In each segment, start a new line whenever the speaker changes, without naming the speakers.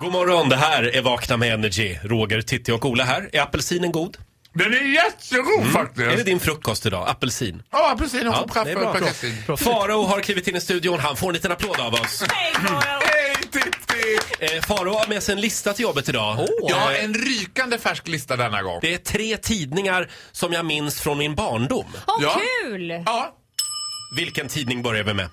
God morgon, det här är Vakna med Energy. Roger, Titti och Ola här. Är apelsinen god?
Den är jättegod faktiskt.
Mm. Är det din frukost idag? Apelsin?
Ja, precis. Hon får
det är
kaffe
bra.
och paketting.
Farao har klivit in i studion. Han får en liten applåd av oss.
Hej Titti!
Eh, Farao har med sig en lista till jobbet idag.
Jag har
Eh,
en rykande färsk lista denna gång.
Det är tre tidningar som jag minns från min barndom.
Åh,
Ja.
kul!
Ja,
Vilken tidning börjar vi med?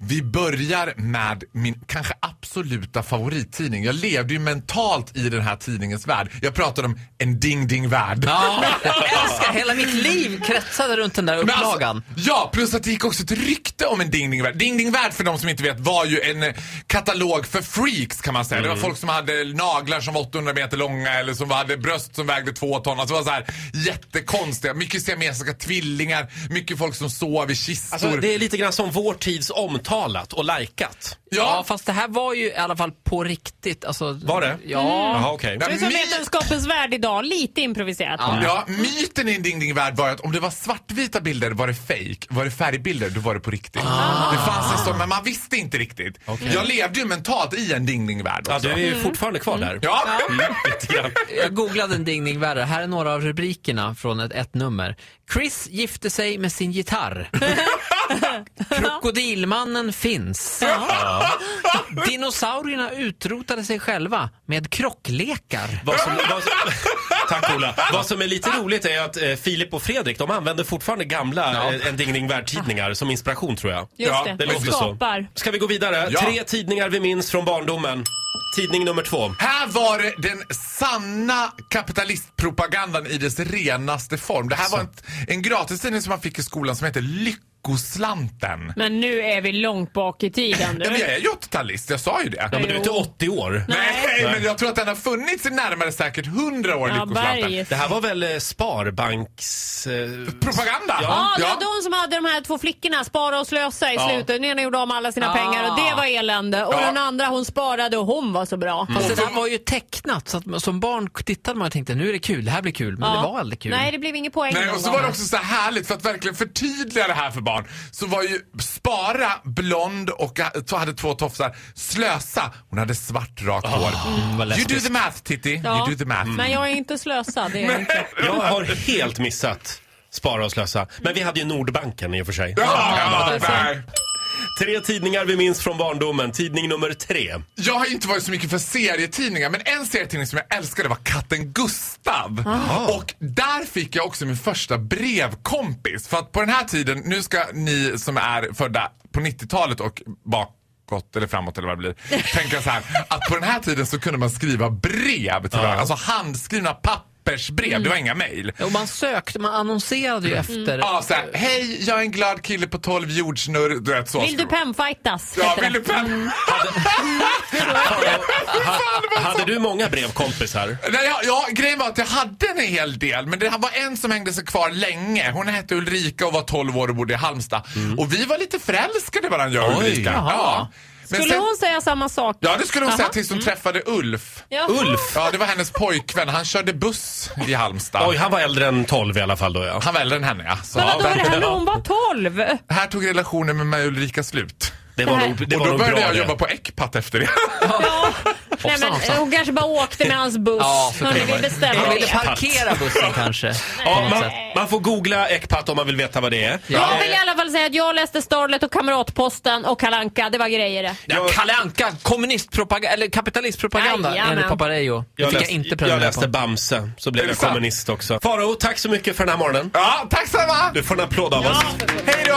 vi börjar med min kanske absoluta favorittidning. Jag levde ju mentalt i den här tidningens värld. Jag pratade om en ding-ding-värld.
Jag älskar, hela mitt liv kretsade runt den där
Men alltså-
upplagan.
ja, plus att det gick också ett rykte om en Ding Ding Värld. Ding Ding Värld, för de som inte vet, var ju en eh, katalog för freaks kan man säga. Det
Mm.
var folk som hade naglar som var 800 meter långa eller som hade bröst som vägde två ton. Alltså det var så här jättekonstiga. Mycket siamesiska tvillingar, mycket folk som sov i kistor.
Alltså, det är lite grann som vår tids omtalat och likat.
Ja,
Ja,
fast det här var ju i alla fall på riktigt. Alltså,
Var det? Mm.
Ja.
Jaha, okej.
Ja,
Det är som
my-
Vetenskapens värld idag, lite improviserat.
Ja, myten i en Ding Ding Värld var ju att om det var svartvita bilder var det fake. Var det färgbilder, då var det på riktigt.
Ah.
Det fanns en sån, men man visste inte riktigt. Jag levde ju mentalt i en Ding Ding Värld
Ja,
också.
du är ju fortfarande kvar där.
Ja.
Mm, lite grann.
Jag googlade en dingning värre. Här är några av rubrikerna från ett, ett nummer. Chris gifte sig med sin gitarr. Krokodilmannen finns. Dinosaurierna utrotade sig själva med krocklekar.
Vad som, vad som, tack Ola. Vad som är lite roligt är att eh, Filip och Fredrik, de använder fortfarande gamla eh, En Ding Ding Värld-tidningar som inspiration tror jag.
Just
Ja,
det,
det
det
låter så.
skapar.
Ska vi gå vidare?
Ja.
Tre tidningar vi minns från barndomen. Tidning nummer två.
Här var det den sanna kapitalistpropagandan i dess renaste form. Det här var en, en gratistidning som man fick i skolan som hette Lyckoslanten.
Men nu är vi långt bak i tiden
Ja, men
nu.
jag är ju 80-talist, jag sa ju det.
Ja, men du är inte 80 år.
Nej,
Nej.
men jag tror att den har funnits i närmare säkert 100 år,
Ja,
Lyckoslanten.
berget.
Det här var väl eh, Sparbanks... Eh,
Propaganda!
Ja, det var de som hade de här två flickorna, spara och slösa i
Ja.
slutet. Den ena gjorde av med alla sina
Ah.
pengar och det var elände. Och
Ja. Mm.
den andra hon sparade och hon var så bra.
Fast det där var ju tecknat, så att man, som barn tittade man och tänkte nu är det kul, det här blir kul. Men
Ja.
det var aldrig kul.
Nej, det blev ingen poäng.
Nej,
någon
och så var det
gång.
också så här härligt för att verkligen förtydliga det här för barn. Så var ju Spara blond och ha- hade två tofsar. Slösa, hon hade svart rakt hår.
vad
you
läskigt.
do the math Titti,
Ja. Mm.
you do the math.
Men jag är inte slösad, det är jag inte.
Jag har helt missat Spara och slösa. Men vi hade ju Nordbanken i och för sig.
Ja, ja,
alltså.
nej.
Tre tidningar vi minns från barndomen. Tidning nummer tre.
Jag har inte varit så mycket för serietidningar men en serietidning som jag älskade var Katten Gustav. Och där fick jag också min första brevkompis. För att på den här tiden, nu ska ni som är födda på 90-talet och bakåt eller framåt eller vad det blir. Tänka så här, att på den här tiden så kunde man skriva brev till varandra. Alltså handskrivna pappersbrev, det var inga mejl.
Och man sökte, man annonserade
Mm.
ju efter.
Ah,
Ja, så här, hej jag är en glad kille på 12 jordsnurr. Du vet så.
Vill du pemfightas?
Ja,
heter
vill
det.
du pem?
Hade du många brevkompisar?
Nej, ja, ja, grejen var att jag hade en hel del, men det var en som hängde sig kvar länge. Hon hette Ulrika och var 12 år och bodde i Halmstad. Och vi var lite förälskade i varandra, jag och
Mm. Oj.
Ulrika. Ja. Men
Skulle
sen-
hon Mm. säga samma sak?
Ja, det skulle hon säga tills hon träffade Ulf.
Jaha.
Ulf?
Ja, det var hennes pojkvän. Han körde buss i Halmstad.
Oj, han var äldre än 12 i alla fall då ja.
Han var äldre än henne, ja. Så,
Men vadå,
ja,
var det här när hon var 12?
men- här tog relationen med mig och Ulrika slut.
Det var nog, det
och
var
då
nog bra
började jag
det.
jobba på Ecpat efter det.
Nej, men, eh, hon kanske bara åkte med hans buss.
Ja, för
Hörni,
fan.
vi bestämmer
Han ville
det.
parkera bussen kanske.
Ja, man, man får googla Ekpat om man vill veta vad det är.
Ja.
Jag vill i alla fall säga att jag läste Starlet och Kamratposten och Kalle Anka. Det var grejer det.
Ja, Kalle Anka, kommunistpropaganda, eller kapitalistpropaganda
Jajamän.
enligt Papareio. Det
Jag,
fick jag
läste-
inte
jag
prenumerera
läste
på.
Bamse, så blev
Är det
jag
sant?
kommunist också. Farao, tack så mycket för den här morgonen.
Ja, tack så mycket.
Du får en applåd av oss.
Hej då!